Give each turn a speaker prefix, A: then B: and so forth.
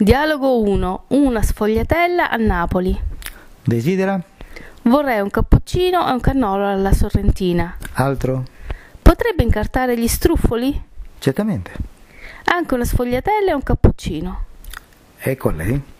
A: Dialogo 1. Una sfogliatella a Napoli.
B: Desidera?
A: Vorrei un cappuccino e un cannolo alla sorrentina.
B: Altro?
A: Potrebbe incartare gli struffoli?
B: Certamente.
A: Anche una sfogliatella e un cappuccino.
B: Ecco a lei.